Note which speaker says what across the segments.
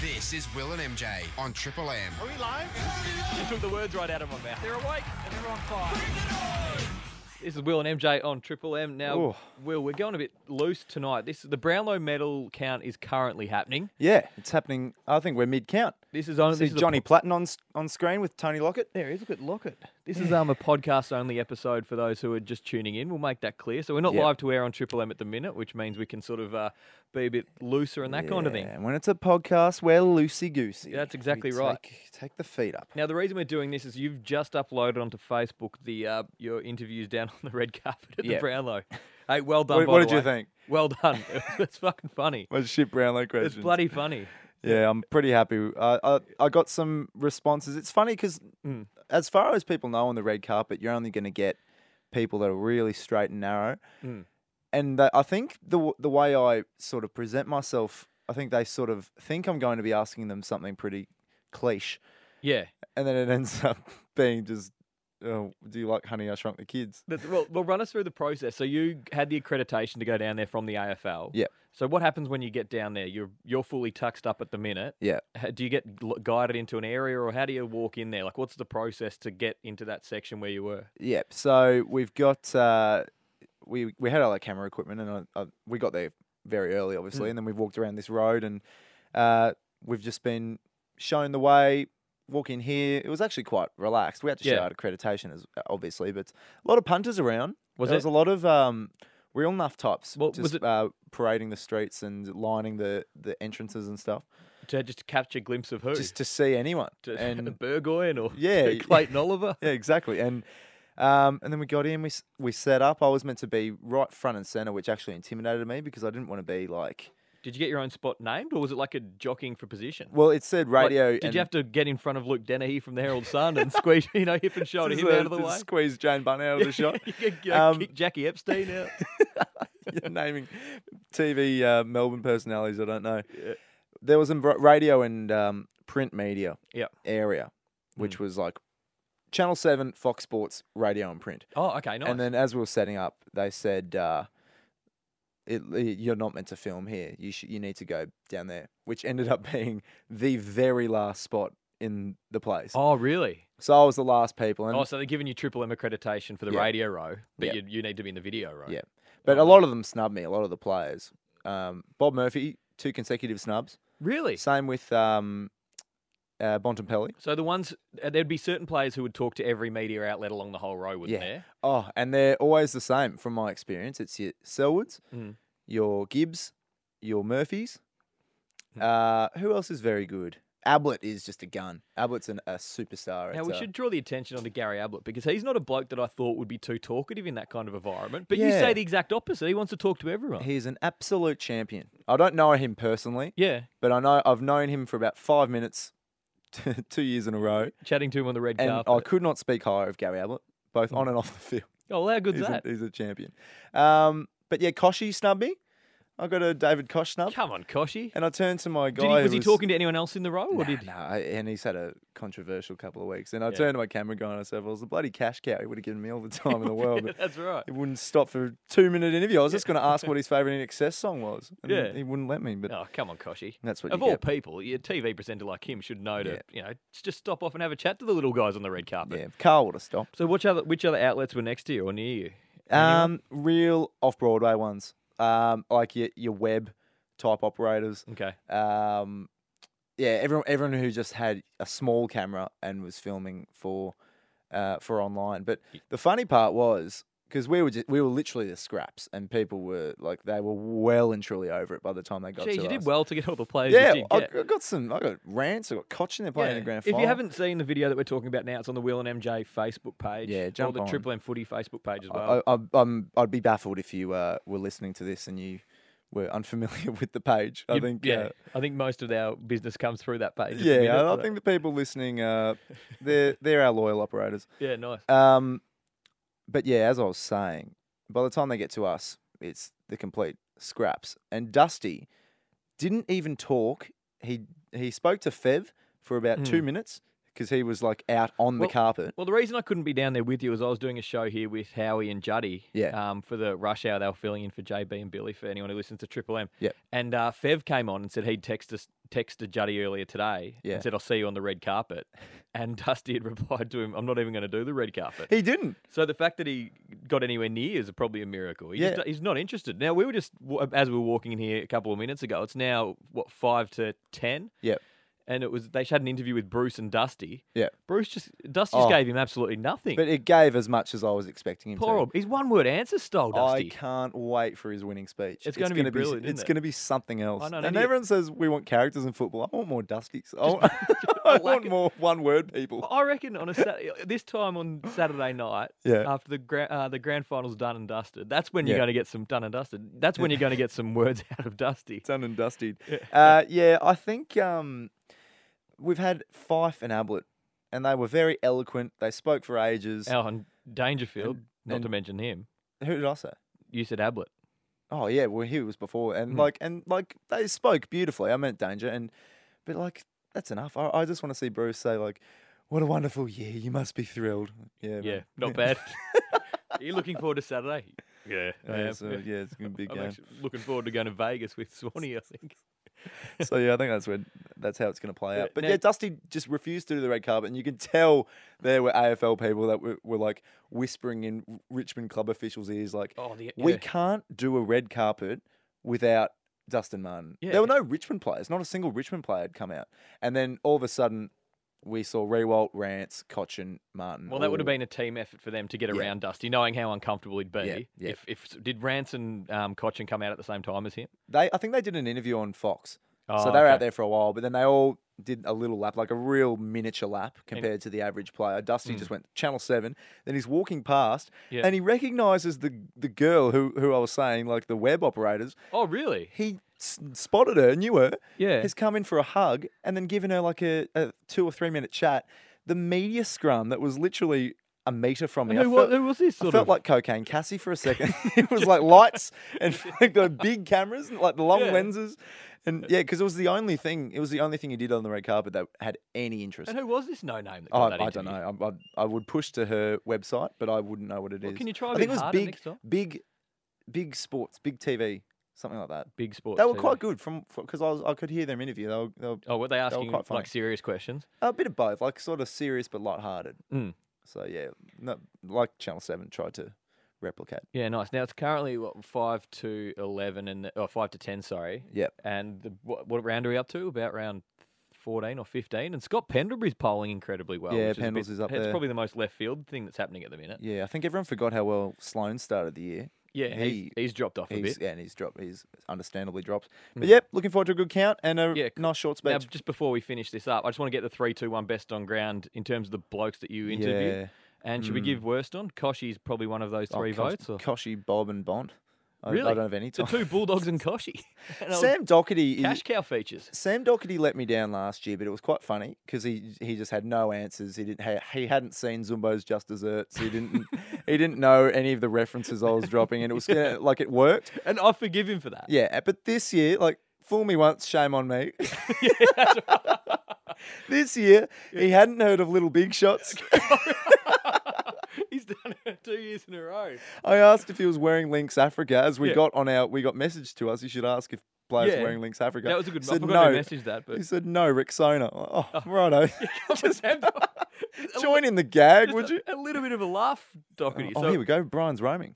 Speaker 1: This is Will and MJ on Triple M.
Speaker 2: Are we live?
Speaker 3: You took the words right out of my mouth.
Speaker 2: They're awake and they're on fire.
Speaker 3: This is Will and MJ on Triple M. Now,
Speaker 4: Ooh.
Speaker 3: Will, we're going a bit loose tonight. This the Brownlow medal count is currently happening.
Speaker 4: Yeah, it's happening. I think we're mid count.
Speaker 3: This is only
Speaker 4: See
Speaker 3: this is a-
Speaker 4: Johnny Platten on s- on screen with Tony Lockett.
Speaker 3: there is a good locket. This is um a podcast only episode for those who are just tuning in. We'll make that clear. So we're not
Speaker 4: Yeah.
Speaker 3: live to air on Triple M at the minute, which means we can sort of uh, be a bit looser and that kind of thing.
Speaker 4: Yeah, When it's a podcast, we're loosey goosey.
Speaker 3: Yeah, that's exactly right.
Speaker 4: Take, take the feet up.
Speaker 3: Now the reason we're doing this is you've just uploaded onto Facebook the uh, your interviews down on the red carpet at
Speaker 4: Yeah.
Speaker 3: the Brownlow. Hey, well done.
Speaker 4: What,
Speaker 3: by
Speaker 4: what
Speaker 3: the
Speaker 4: did you
Speaker 3: way.
Speaker 4: think?
Speaker 3: Well done. It's fucking funny.
Speaker 4: Was shit Brownlow
Speaker 3: It's
Speaker 4: questions?
Speaker 3: bloody funny.
Speaker 4: yeah, I'm pretty happy. Uh, I I got some responses. It's funny because as far as people know on the red carpet, you're only going to get people that are really straight and narrow.
Speaker 3: Mm.
Speaker 4: And that, I think the w- the way I sort of present myself, I think they sort of think I'm going to be asking them something pretty cliche.
Speaker 3: Yeah.
Speaker 4: and then it ends up being just, oh, do you like Honey I Shrunk the Kids?
Speaker 3: That's- Well, well, run us through the process. So you had the accreditation to go down there from the AFL.
Speaker 4: Yep.
Speaker 3: So what happens when you get down there? You're you're fully tuxed up at the minute.
Speaker 4: Yeah.
Speaker 3: Ha- Do you get l- guided into an area, or how do you walk in there? Like, what's the process to get into that section where you were?
Speaker 4: Yep. So we've got uh, we we had all our camera equipment, and I, I, we got there very early, obviously,
Speaker 3: Mm.
Speaker 4: and then we've walked around this road, and uh, we've just been shown the way. Walk in here. It was actually quite relaxed. We had to show
Speaker 3: Yeah.
Speaker 4: out accreditation, as uh, obviously, but a lot of punters around.
Speaker 3: Was
Speaker 4: there was
Speaker 3: it?
Speaker 4: a lot of um, real nuff types
Speaker 3: Well, was
Speaker 4: just
Speaker 3: it-
Speaker 4: uh, parading the streets and lining the, the entrances and stuff,
Speaker 3: To just catch a glimpse of who?
Speaker 4: just to see anyone.
Speaker 3: to,
Speaker 4: and
Speaker 3: Burgoyne or
Speaker 4: Yeah,
Speaker 3: Clayton Oliver.
Speaker 4: yeah, exactly. And um, and then we got in. We s- we set up. I was meant to be right front and center, which actually intimidated me because I didn't want to be like.
Speaker 3: Did you get your own spot named, or was it like a jockeying for position?
Speaker 4: Well, it said
Speaker 3: Like,
Speaker 4: radio.
Speaker 3: did you have to get in front of Luke Dennehy from the Herald Sun and squeeze, you know, hip and shoulder him out of the way?
Speaker 4: Squeeze Jane Bunn out of the shot.
Speaker 3: you could, you know,
Speaker 4: Um,
Speaker 3: kick Jackie Epstein out.
Speaker 4: You're naming TV uh, Melbourne personalities. I don't know. There was a bro- radio and um, print media
Speaker 3: Yeah. Mm.
Speaker 4: area, which was like Channel Seven, Fox Sports, radio and print.
Speaker 3: Oh, okay, nice.
Speaker 4: And then as we were setting up, they said, uh, it, it- "You're not meant to film here. You sh- you need to go down there," which ended up being the very last spot in the place.
Speaker 3: oh, really?
Speaker 4: So I was the last people, and
Speaker 3: oh, so they're giving you triple M accreditation for the
Speaker 4: Yeah.
Speaker 3: radio row, but
Speaker 4: Yeah.
Speaker 3: you, you need to be in the video row.
Speaker 4: Yeah. but a lot of them snubbed me. A lot of the players. Um, Bob Murphy, two consecutive snubs.
Speaker 3: Really?
Speaker 4: Same with um, uh, Bontempelli.
Speaker 3: So the ones uh, there'd be certain players who would talk to every media outlet along the whole row, wouldn't
Speaker 4: Yeah.
Speaker 3: there?
Speaker 4: Oh, and they're always the same from my experience. It's your Selwoods,
Speaker 3: Mm.
Speaker 4: your Gibbs, your Murphys.
Speaker 3: Mm.
Speaker 4: Uh, who else is very good? Ablett is just a gun. Ablett's an, a superstar.
Speaker 3: Now
Speaker 4: at,
Speaker 3: we
Speaker 4: uh,
Speaker 3: should draw the attention onto Gary Ablett because he's not a bloke that I thought would be too talkative in that kind of environment. But you say
Speaker 4: Yeah.
Speaker 3: the exact opposite. He wants to talk to everyone.
Speaker 4: He's an absolute champion. I don't know him personally,
Speaker 3: yeah,
Speaker 4: but I know I've known him for about five minutes, two years in a row,
Speaker 3: chatting to him on the red
Speaker 4: and
Speaker 3: carpet.
Speaker 4: I could not speak higher of Gary Ablett, both on and off the field.
Speaker 3: oh, well, how good's
Speaker 4: He's,
Speaker 3: Mm. that?
Speaker 4: A, he's a champion. Um, but yeah, Koshy snubbed me. I got a David Kosh snub.
Speaker 3: Oh, Come on, Koshy.
Speaker 4: And I turned to my guy.
Speaker 3: Did he,
Speaker 4: who
Speaker 3: was he talking to anyone else in the row, or
Speaker 4: Nah,
Speaker 3: did?
Speaker 4: nah, I- and he's had a controversial couple of weeks. And I
Speaker 3: Yeah.
Speaker 4: turned to my camera guy and I said, "Well, it was the bloody cash cow. He would have given me all the time in the world, but
Speaker 3: That's right.
Speaker 4: he wouldn't stop for a two-minute interview. I was just going to ask what his favourite In Excess song was, and
Speaker 3: Yeah.
Speaker 4: he wouldn't let me. But
Speaker 3: Oh, come on, Koshy.
Speaker 4: that's what
Speaker 3: of
Speaker 4: you
Speaker 3: all
Speaker 4: get.
Speaker 3: people, your TV presenter like him should know to
Speaker 4: Yeah.
Speaker 3: you know s- just stop off and have a chat to the little guys on the red carpet.
Speaker 4: yeah, Carl would have stopped.
Speaker 3: So which other which other outlets were next to you or near you? Anyone?
Speaker 4: Um, real off-Broadway ones, um, like your your web type operators.
Speaker 3: okay,
Speaker 4: Um, yeah, everyone everyone who just had a small camera and was filming for uh, for online. But the funny part was because we were just, we were literally the scraps, and people were like they were well and truly over it by the time they got
Speaker 3: Jeez,
Speaker 4: to
Speaker 3: you did
Speaker 4: us.
Speaker 3: well to get all the players. you
Speaker 4: Yeah,
Speaker 3: did
Speaker 4: I,
Speaker 3: get.
Speaker 4: I got some. I got rants. I got Koch in there playing in the
Speaker 3: Yeah.
Speaker 4: grand
Speaker 3: If
Speaker 4: final.
Speaker 3: you haven't seen the video that we're talking about now, it's on the Will and MJ Facebook page.
Speaker 4: Yeah, jump
Speaker 3: or the
Speaker 4: on.
Speaker 3: Triple M Footy Facebook page as well.
Speaker 4: I, I, I'm, I'd be baffled if you uh, were listening to this and you were unfamiliar with the page. I
Speaker 3: You-
Speaker 4: think.
Speaker 3: yeah,
Speaker 4: uh,
Speaker 3: I think most of our business comes through that page. at the
Speaker 4: yeah,
Speaker 3: minute,
Speaker 4: I, I
Speaker 3: but-
Speaker 4: think the people listening, uh, they're they're our loyal operators.
Speaker 3: Yeah, nice.
Speaker 4: Um, but yeah, as I was saying, by the time they get to us, it's the complete scraps. And Dusty didn't even talk. He he spoke to Fev for about two minutes because he was like out on
Speaker 3: Hmm. Well-
Speaker 4: the carpet.
Speaker 3: Well, the reason I couldn't be down there with you is I was doing a show here with Howie and Juddy.
Speaker 4: Yeah.
Speaker 3: Um, for the rush hour, they were filling in for JB and Billy. For anyone who listens to Triple M.
Speaker 4: Yep.
Speaker 3: And uh, Fev came on and said he'd text us, texted Juddy earlier today.
Speaker 4: Yeah.
Speaker 3: And said I'll see you on the red carpet. And Dusty had replied to him, "I'm not even going to do the red carpet."
Speaker 4: He didn't.
Speaker 3: So the fact that he got anywhere near is probably a miracle. He
Speaker 4: Yeah.
Speaker 3: just, he's not interested. Now we were just w- as we were walking in here a couple of minutes ago. It's now what five to ten.
Speaker 4: Yep.
Speaker 3: And it was they had an interview with Bruce and Dusty.
Speaker 4: Yep.
Speaker 3: Bruce just Dusty
Speaker 4: Oh.
Speaker 3: just gave him absolutely nothing.
Speaker 4: But it gave as much as I was expecting him
Speaker 3: Poor
Speaker 4: to.
Speaker 3: old, he's one word answer style,
Speaker 4: I
Speaker 3: Dusty.
Speaker 4: can't wait for his winning speech.
Speaker 3: It's gonna be
Speaker 4: gonna
Speaker 3: brilliant, isn't
Speaker 4: It's
Speaker 3: it?
Speaker 4: going to be something else.
Speaker 3: know, an
Speaker 4: and
Speaker 3: idiot.
Speaker 4: everyone says we want characters in football. I want more Dusties. I want, I
Speaker 3: lack
Speaker 4: want
Speaker 3: of-
Speaker 4: more one-word people.
Speaker 3: I reckon on a Sat- this time on Saturday night,
Speaker 4: Yeah.
Speaker 3: after the gra- uh, the grand final's done and dusted, that's when you're
Speaker 4: Yeah.
Speaker 3: going to get some done and dusted. That's when you're going to get some words out of Dusty.
Speaker 4: Done and dusted. Uh, yeah, I think um, we've had Fife and Ablett, and they were very eloquent. They spoke for ages.
Speaker 3: Alan Dangerfield,
Speaker 4: And-
Speaker 3: not to
Speaker 4: and-
Speaker 3: mention him.
Speaker 4: Who did I say?
Speaker 3: You said Ablett.
Speaker 4: Oh yeah, well he was before, and
Speaker 3: Mm.
Speaker 4: like and like they spoke beautifully. I meant danger, and but like that's enough. I, I just want to see Bruce say like, "What a wonderful year! You must be thrilled." Yeah,
Speaker 3: Yeah,
Speaker 4: man.
Speaker 3: not bad. Are you looking forward to Saturday? Yeah, I
Speaker 4: Yeah,
Speaker 3: am.
Speaker 4: so, yeah, it's gonna be a big
Speaker 3: I'm
Speaker 4: game.
Speaker 3: actually looking forward to going to Vegas with Swanee. I think.
Speaker 4: so yeah, I think that's where that's how it's gonna play
Speaker 3: Yeah,
Speaker 4: out. But
Speaker 3: now-
Speaker 4: yeah, Dusty just refused to do the red carpet, and you can tell there were AFL people that were, were like whispering in Richmond club officials' ears, like,
Speaker 3: Oh, the
Speaker 4: "We can't do a red carpet without Dustin Martin."
Speaker 3: Yeah.
Speaker 4: There were no Richmond players; not a single Richmond player had come out. And then all of a sudden, we saw Rewalt, Rance, Cochin, Martin.
Speaker 3: Well, that would have
Speaker 4: all-
Speaker 3: been a team effort for them to get
Speaker 4: Yeah.
Speaker 3: around Dusty, knowing how uncomfortable he'd be.
Speaker 4: Yeah, yeah.
Speaker 3: If, if did Rance and um, Cochin come out at the same time as him?
Speaker 4: They, I think they did an interview on Fox, so
Speaker 3: Oh,
Speaker 4: they were
Speaker 3: okay.
Speaker 4: out there for a while. But then they all did a little lap, like a real miniature lap compared to the average player. Dusty just went Channel Seven. Then he's walking past,
Speaker 3: Hmm. Yeah.
Speaker 4: and he recognizes the the girl who who I was saying, like the web operators.
Speaker 3: Oh, really?
Speaker 4: He s- spotted her, knew her,
Speaker 3: Yeah.
Speaker 4: has come in for a hug, and then given her like a, a two or three minute chat. The media scrum that was literally a meter from me.
Speaker 3: And
Speaker 4: I
Speaker 3: who, wa-
Speaker 4: felt-
Speaker 3: who was this?
Speaker 4: I
Speaker 3: Sort
Speaker 4: felt
Speaker 3: of?
Speaker 4: like cocaine Cassie for a second. it was like lights and like the big cameras, and like the long
Speaker 3: Yeah.
Speaker 4: lenses, and yeah, because it was the only thing. It was the only thing he did on the red carpet that had any interest.
Speaker 3: and who was this no name? That
Speaker 4: Oh,
Speaker 3: got that
Speaker 4: I don't know.
Speaker 3: interview?
Speaker 4: I, I, I would push to her website, but I wouldn't know what it is.
Speaker 3: Well, can you try a
Speaker 4: I
Speaker 3: bit
Speaker 4: think it was
Speaker 3: harder
Speaker 4: big,
Speaker 3: next time?
Speaker 4: big, big sports, big TV, something like that.
Speaker 3: Big sports.
Speaker 4: they were
Speaker 3: TV.
Speaker 4: quite good from because I was, I could hear them interview. They were, they were
Speaker 3: Oh, were they
Speaker 4: were
Speaker 3: asking
Speaker 4: quite funny.
Speaker 3: like serious questions?
Speaker 4: a bit of both, like sort of serious but lighthearted.
Speaker 3: Mm.
Speaker 4: So yeah, no, like Channel Seven tried to replicate.
Speaker 3: Yeah, nice. Now it's currently what five to eleven and the- oh, five to ten. Sorry.
Speaker 4: Yep.
Speaker 3: And the, what, what round are we up to? About round fourteen or fifteen. And Scott Pendlebury's polling incredibly well.
Speaker 4: Yeah,
Speaker 3: which a
Speaker 4: Pendles
Speaker 3: bit-
Speaker 4: is up
Speaker 3: It's
Speaker 4: there.
Speaker 3: probably the most left field thing that's happening at the minute.
Speaker 4: Yeah, I think everyone forgot how well Sloan started the year.
Speaker 3: Yeah, he's,
Speaker 4: He-
Speaker 3: he's dropped off a bit. Hmm.
Speaker 4: He's, yeah, and he's dropped. He's understandably dropped. But yep, looking forward to a good count and a
Speaker 3: Yeah,
Speaker 4: nice short
Speaker 3: Now,
Speaker 4: speech.
Speaker 3: just before we finish this up, I just want to get the three, two, one best on ground in terms of the blokes that you interview.
Speaker 4: Yeah. Hmm.
Speaker 3: And should we give worst on? Koshi's probably one of those
Speaker 4: Oh,
Speaker 3: three
Speaker 4: Kosh-
Speaker 3: votes. Or?
Speaker 4: Koshy, Bob, and Bond. I,
Speaker 3: really?
Speaker 4: I don't have any
Speaker 3: The
Speaker 4: time.
Speaker 3: two Bulldogs and Koshi. And old
Speaker 4: Sam Doherty. is-
Speaker 3: Cash cow features.
Speaker 4: Sam Doherty let me down last year, but it was quite funny because he he just had no answers. He didn't. ha- He hadn't seen Zumbo's Just Desserts. He didn't. he didn't know any of the references I was dropping, and it was kinda like it worked.
Speaker 3: And I forgive him for that.
Speaker 4: Yeah, but this year, like, fool me once, shame on me. this year, he hadn't heard of Little Big Shots.
Speaker 3: He's done it two years in a row.
Speaker 4: I asked if he was wearing Links Africa. As we
Speaker 3: Yeah.
Speaker 4: got on our, we got message to us. You should ask if players
Speaker 3: Yeah.
Speaker 4: wearing Links Africa.
Speaker 3: That was a good.
Speaker 4: He
Speaker 3: I
Speaker 4: Said
Speaker 3: forgot
Speaker 4: no.
Speaker 3: who messaged that, but
Speaker 4: He said no, Rick Sona. Oh, righto.
Speaker 3: just
Speaker 4: Join in the gag,
Speaker 3: Just
Speaker 4: would
Speaker 3: a-
Speaker 4: you?
Speaker 3: A little bit of a laugh, Doherty.
Speaker 4: Oh,
Speaker 3: so,
Speaker 4: here we go. Brian's roaming.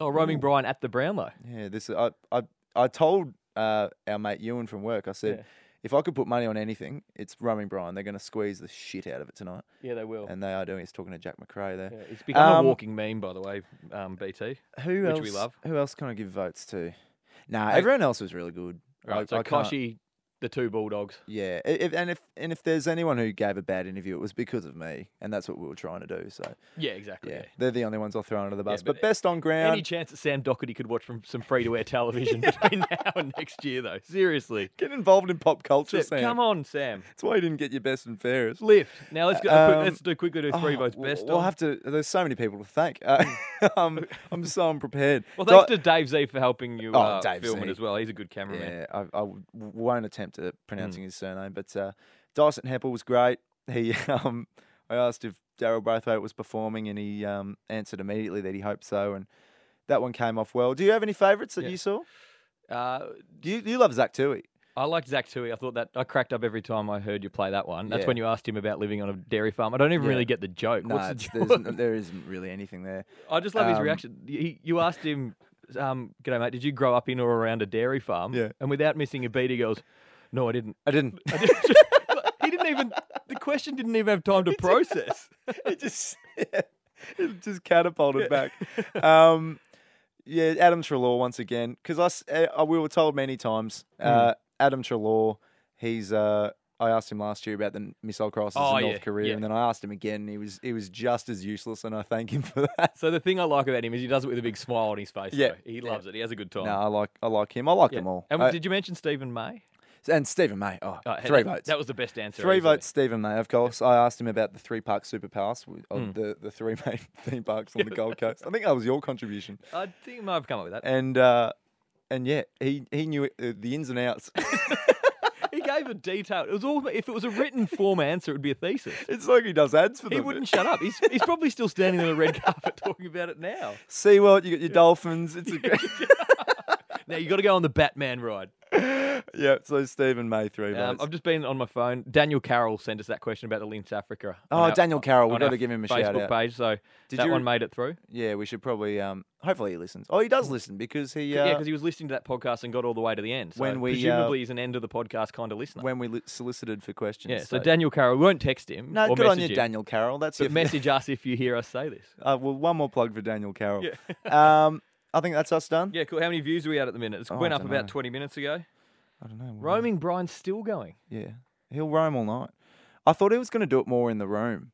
Speaker 3: oh, roaming Brian at the Brownlow.
Speaker 4: Yeah, this is- I I I told uh, our mate Ewan from work. I said.
Speaker 3: Yeah.
Speaker 4: If I could put money on anything, it's roaming Brian. They're going to squeeze the shit out of it tonight.
Speaker 3: Yeah, they will.
Speaker 4: And they are doing. He's talking to Jack McRae there.
Speaker 3: Yeah, it's become
Speaker 4: Um,
Speaker 3: a walking meme, by the way, um, BT.
Speaker 4: Who
Speaker 3: which
Speaker 4: else?
Speaker 3: we love.
Speaker 4: Who else can I give votes to? Nah, everyone else was really good.
Speaker 3: Right,
Speaker 4: I-
Speaker 3: so
Speaker 4: I can't-
Speaker 3: Koshi, the two Bulldogs.
Speaker 4: Yeah, i- if, and if and if there's anyone who gave a bad interview, it was because of me, and that's what we were trying to do. So
Speaker 3: Yeah, exactly.
Speaker 4: yeah, Um,
Speaker 3: Yeah.
Speaker 4: they're the only ones I'll throw under the bus.
Speaker 3: but
Speaker 4: but, best on ground,
Speaker 3: Any chance that Sam Doherty could watch from some free to air television between now and next year, though? Seriously.
Speaker 4: get involved in pop culture,
Speaker 3: Sam,
Speaker 4: Sam.
Speaker 3: Come on, Sam.
Speaker 4: That's why you didn't get your best and fairest.
Speaker 3: Lift. Now let's go.
Speaker 4: Um,
Speaker 3: let's do quickly do three
Speaker 4: Oh,
Speaker 3: votes
Speaker 4: w-
Speaker 3: best.
Speaker 4: We'll
Speaker 3: on. Hmm.
Speaker 4: have to. There's so many people to thank. Uh, um, I'm so unprepared.
Speaker 3: well,
Speaker 4: Do I-
Speaker 3: thanks to Dave Z for helping you
Speaker 4: Oh,
Speaker 3: uh,
Speaker 4: Dave
Speaker 3: film it
Speaker 4: Z.
Speaker 3: as well. He's a good cameraman.
Speaker 4: Mm. Yeah, I, I w- won't attempt at pronouncing his surname, but uh, Dyson Heppel was great. he um, I asked if Daryl Braithwaite was performing, and he um, answered immediately that he hoped so, and that one came off well. Do you have any favourites that
Speaker 3: Yeah.
Speaker 4: you saw?
Speaker 3: Uh,
Speaker 4: Do you, you love Zach Tui?
Speaker 3: I liked Zach Tui. I thought that I cracked up every time I heard you play that one. That's
Speaker 4: Yeah.
Speaker 3: when you asked him about living on a dairy farm. I don't even
Speaker 4: Yeah.
Speaker 3: really get the joke.
Speaker 4: No,
Speaker 3: What's the joke?
Speaker 4: it's- there's, n- there isn't really anything there.
Speaker 3: I just love his
Speaker 4: Um,
Speaker 3: reaction. He, you asked him, um, "G'day, mate. Did you grow up in or around a dairy farm?"
Speaker 4: Yeah.
Speaker 3: And without missing a beat, he goes, "No, I didn't."
Speaker 4: I didn't.
Speaker 3: I didn't." he didn't even. The question didn't even have time to process.
Speaker 4: it just it just catapulted back. Um, yeah, Adam Trelaw once again because I, s- eh, uh, we were told many times
Speaker 3: Hmm.
Speaker 4: uh, Adam Trelaw. He's uh, I asked him last year about the n- missile crisis
Speaker 3: Oh,
Speaker 4: in
Speaker 3: yeah,
Speaker 4: North Korea,
Speaker 3: yeah.
Speaker 4: and then I asked him again. And he was he was just as useless, and I thank him for that.
Speaker 3: So the thing I like about him is he does it with a big smile on his face.
Speaker 4: Yeah.
Speaker 3: though. he loves it. He has a good time.
Speaker 4: No, I like I like him. I like
Speaker 3: Oh. Yeah.
Speaker 4: them all.
Speaker 3: And
Speaker 4: Uh,
Speaker 3: did you mention Stephen May?
Speaker 4: and Stephen May. Oh,
Speaker 3: Oh,
Speaker 4: three
Speaker 3: hey, that-
Speaker 4: votes.
Speaker 3: That was the best answer.
Speaker 4: Three
Speaker 3: easily.
Speaker 4: votes, Stephen May, of course. I asked him about the three park superpowers, w- of
Speaker 3: Hmm.
Speaker 4: the, the three main theme parks on the Gold Coast. I think that was your contribution.
Speaker 3: I think I might have come up with that.
Speaker 4: and uh, and yeah, he he knew it, uh, the ins and outs.
Speaker 3: he gave a detailed. It was all. If it was a written form answer, it would be a thesis.
Speaker 4: it's like he does ads for them.
Speaker 3: He wouldn't shut up. He's, he's probably still standing on the red carpet talking about it now.
Speaker 4: SeaWorld, you got your dolphins. It's a great...
Speaker 3: Now you got to go on the Batman ride.
Speaker 4: yeah. So Stephen May three
Speaker 3: Um,
Speaker 4: votes.
Speaker 3: I've just been on my phone. Daniel Carroll sent us that question about the Lynx Africa.
Speaker 4: Oh,
Speaker 3: on
Speaker 4: Daniel Carroll, we've
Speaker 3: on
Speaker 4: got
Speaker 3: our
Speaker 4: to give him a
Speaker 3: Facebook
Speaker 4: shout out.
Speaker 3: page. So
Speaker 4: Did
Speaker 3: that
Speaker 4: you-
Speaker 3: one made it through.
Speaker 4: Yeah, we should probably. Um, hopefully he listens. Oh, he does listen because he. Uh,
Speaker 3: Mm. yeah, because he was listening to that podcast and got all the way to the end. So
Speaker 4: When we, uh,
Speaker 3: presumably he's an end of the podcast kind of listener.
Speaker 4: when we li- solicited for questions.
Speaker 3: yeah. So, Daniel Carroll, we won't text him.
Speaker 4: No,
Speaker 3: or
Speaker 4: good on you,
Speaker 3: message him,
Speaker 4: Daniel Carroll. That's your
Speaker 3: But message us if you hear us say this.
Speaker 4: Uh, well, one more plug for Daniel Carroll. um, I think that's us done.
Speaker 3: Yeah, cool. How many views are we at at the minute? It's
Speaker 4: Oh, I Mm.
Speaker 3: went up
Speaker 4: dunno.
Speaker 3: about 20 minutes ago.
Speaker 4: I don't know. what-
Speaker 3: Roaming Brian's still going.
Speaker 4: Yeah, he'll roam all night. I thought he was going to do it more in the room.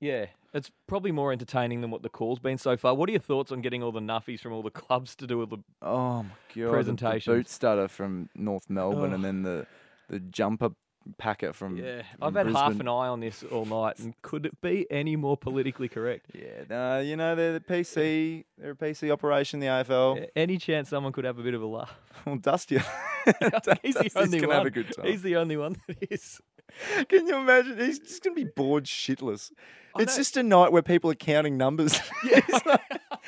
Speaker 3: Yeah, it's probably more entertaining than what the call's been so far. What are your thoughts on getting all the nuffies from all the clubs to do with the?
Speaker 4: Oh my god! the- The
Speaker 3: Presentations.
Speaker 4: boot starter from North Melbourne, and then the the jumper packer from
Speaker 3: Yeah,
Speaker 4: from
Speaker 3: I've had half an
Speaker 4: Mm. Brisbane.
Speaker 3: eye on this all night, and could it be any more politically correct?
Speaker 4: Yeah, no, you know they're the PC, they're a PC operation, the AFL.
Speaker 3: A- Any chance someone could have a bit of a laugh?
Speaker 4: Well, Dusty,
Speaker 3: He's the
Speaker 4: Dusty's
Speaker 3: only
Speaker 4: gonna
Speaker 3: one.
Speaker 4: have a good time.
Speaker 3: He's the only one that is.
Speaker 4: Can you imagine? He's just gonna be bored shitless.
Speaker 3: I
Speaker 4: It's
Speaker 3: know.
Speaker 4: just a night where people are counting numbers. He's not-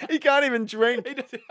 Speaker 4: he can't even drink.
Speaker 3: He doesn't-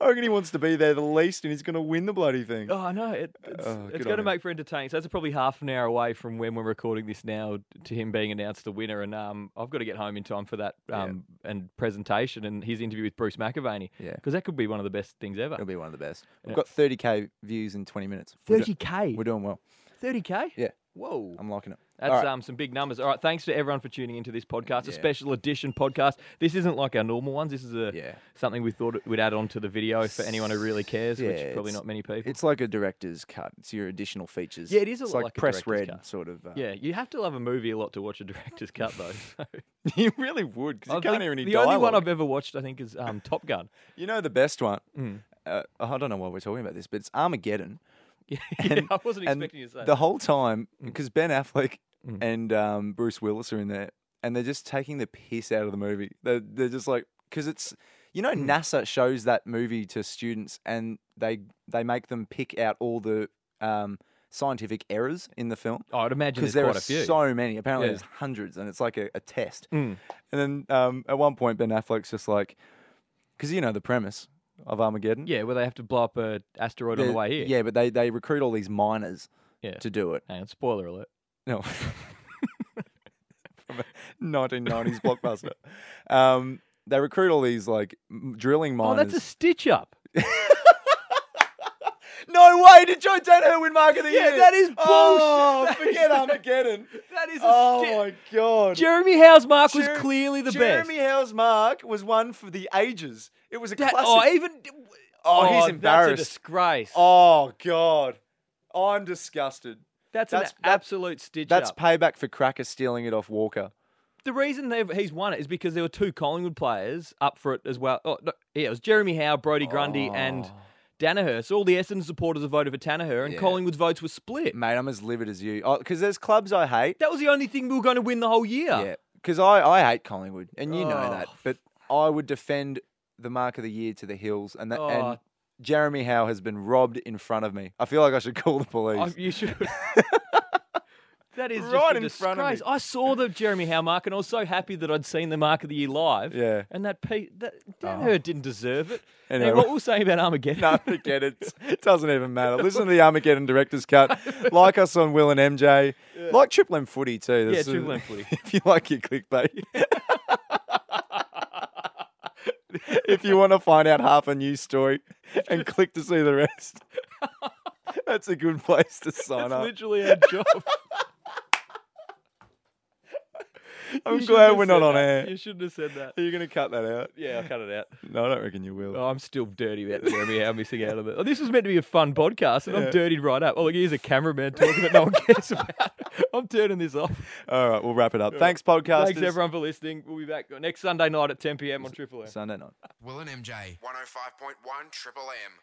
Speaker 4: I reckon he wants to be there the least, and he's gonna win the bloody thing.
Speaker 3: oh, I know. It, it's
Speaker 4: Oh, good
Speaker 3: it's
Speaker 4: on
Speaker 3: going to
Speaker 4: him.
Speaker 3: make for entertaining. So that's probably half an hour away from when we're recording this now to him being announced the winner. And um, I've got to get home in time for that
Speaker 4: Yeah.
Speaker 3: um, and presentation and his interview with Bruce McAvaney.
Speaker 4: Yeah.
Speaker 3: Because that could be one of the best things ever.
Speaker 4: It'll be one of the best. We've
Speaker 3: Yeah.
Speaker 4: got 30k views in 20 minutes. We're do-
Speaker 3: Thirty k,
Speaker 4: We're doing well.
Speaker 3: thirty k.
Speaker 4: Yeah.
Speaker 3: Whoa,
Speaker 4: I'm liking it.
Speaker 3: that's
Speaker 4: All right.
Speaker 3: um some big numbers. All right, thanks to everyone for tuning into this podcast, a
Speaker 4: Yeah.
Speaker 3: special edition podcast. This isn't like our normal ones. This is a
Speaker 4: Yeah.
Speaker 3: something we thought we'd add on to the video for anyone who really cares,
Speaker 4: Yeah,
Speaker 3: which probably
Speaker 4: it's-
Speaker 3: not many people.
Speaker 4: It's like a director's cut. It's your additional features.
Speaker 3: Yeah, it is a
Speaker 4: It's
Speaker 3: lot
Speaker 4: like,
Speaker 3: like a
Speaker 4: press
Speaker 3: director's
Speaker 4: red
Speaker 3: cut.
Speaker 4: sort of. Uh,
Speaker 3: Yeah, you have to love a movie a lot to watch a director's cut though. So
Speaker 4: you really would because
Speaker 3: I
Speaker 4: you can't
Speaker 3: think
Speaker 4: hear any
Speaker 3: the
Speaker 4: dialogue.
Speaker 3: only one I've ever watched, I think, is um, Top Gun.
Speaker 4: You know the best one.
Speaker 3: Hmm.
Speaker 4: Uh, I don't know why we're talking about this, but it's Armageddon.
Speaker 3: Yeah,
Speaker 4: And-
Speaker 3: I wasn't
Speaker 4: and
Speaker 3: expecting you to say. Hmm.
Speaker 4: The whole time, because Ben Affleck and um, Bruce Willis are in there, and they're just taking the piss out of the movie. They're, they're just like, because it's, you know,
Speaker 3: Hmm.
Speaker 4: NASA shows that movie to students, and they they make them pick out all the um, scientific errors in the film.
Speaker 3: that. Oh, I'd imagine
Speaker 4: because
Speaker 3: there's
Speaker 4: there
Speaker 3: quite
Speaker 4: are
Speaker 3: a few.
Speaker 4: so many. Apparently,
Speaker 3: Yeah.
Speaker 4: there's hundreds, and it's like a, a test.
Speaker 3: Mm.
Speaker 4: And then um, at one point, Ben Affleck's just like, because you know the premise of Armageddon.
Speaker 3: yeah, where they have to blow up a asteroid on
Speaker 4: They're-
Speaker 3: the way here.
Speaker 4: Yeah, but they they recruit all these miners
Speaker 3: Yeah.
Speaker 4: to do it.
Speaker 3: Hang on, spoiler alert.
Speaker 4: No. From a 1990s blockbuster. Um, they recruit all these like m- drilling
Speaker 3: Oh,
Speaker 4: miners.
Speaker 3: that's a stitch up.
Speaker 4: No way! Did Joe Danaher win Mark of the
Speaker 3: Yeah,
Speaker 4: Year?
Speaker 3: that is bullshit.
Speaker 4: Oh,
Speaker 3: That is-
Speaker 4: forget Armageddon.
Speaker 3: That is a
Speaker 4: Oh
Speaker 3: stitch.
Speaker 4: my god.
Speaker 3: Jeremy Hausmark was
Speaker 4: Jer-
Speaker 3: clearly the
Speaker 4: Jeremy
Speaker 3: best.
Speaker 4: Howe's mark was one for the ages. It was a
Speaker 3: That-
Speaker 4: classic.
Speaker 3: oh, even.
Speaker 4: Oh, he's
Speaker 3: That's a
Speaker 4: embarrassed.
Speaker 3: disgrace.
Speaker 4: Oh, god, I'm disgusted.
Speaker 3: that's,
Speaker 4: that's-
Speaker 3: an
Speaker 4: that-
Speaker 3: absolute stitch
Speaker 4: That's
Speaker 3: up.
Speaker 4: payback for Cracker stealing it off Walker.
Speaker 3: the reason they've, he's won it is because there were two Collingwood players up for it as well. Oh, no, yeah, it was Jeremy Howe, Brody Grundy, and Danaher. So all the Essendon supporters have voted for Danaher, and
Speaker 4: Oh. Yeah.
Speaker 3: Collingwood's votes were split.
Speaker 4: Mate, I'm as livid as you. Oh, because there's clubs I hate.
Speaker 3: That was the only thing we were going to win the whole year.
Speaker 4: Yeah, because I, I hate Collingwood, and you know
Speaker 3: Oh.
Speaker 4: that. But I would defend the mark of the year to the hills, and that
Speaker 3: Oh.
Speaker 4: and Jeremy Howe has been robbed in front of me. I feel like I should call the
Speaker 3: I-
Speaker 4: police.
Speaker 3: you should. Oh, That is
Speaker 4: Right
Speaker 3: just a
Speaker 4: in front of me.
Speaker 3: disgrace. I saw the Jeremy Howe mark, and I was so happy that I'd seen the mark of the year live.
Speaker 4: Yeah. Oh.
Speaker 3: And that pe- that Danaher didn't deserve it. And
Speaker 4: Anyway.
Speaker 3: what we'll say about Armageddon.
Speaker 4: No, forget it. It doesn't even matter. Listen to the Armageddon director's cut. Like us on Will and MJ. Like Triple M Footy too. This is-
Speaker 3: Triple M Footy.
Speaker 4: If you like your clickbait. if you want to find out half a news story and click to see the rest, that's a good place to sign
Speaker 3: That's
Speaker 4: up.
Speaker 3: literally our job.
Speaker 4: I'm
Speaker 3: You shouldn't
Speaker 4: glad
Speaker 3: have
Speaker 4: we're not
Speaker 3: said
Speaker 4: on
Speaker 3: that.
Speaker 4: air.
Speaker 3: You shouldn't have said that.
Speaker 4: Are you going to cut that out?
Speaker 3: Yeah, I cut it out.
Speaker 4: No, I don't reckon you will.
Speaker 3: Oh, I'm still dirty about the Jeremy Howe missing out on it. Oh, this was meant to be a fun podcast, and I'm dirtied right up. Oh, look, here's a cameraman talking that no one cares about. I'm turning this off.
Speaker 4: All right, we'll wrap it up. Thanks, podcasters.
Speaker 3: Thanks, everyone, for listening. We'll be back next Sunday night at 10 p.m. on Triple M.
Speaker 4: Sunday night.
Speaker 1: oh Will and MJ, 105.1 Triple M.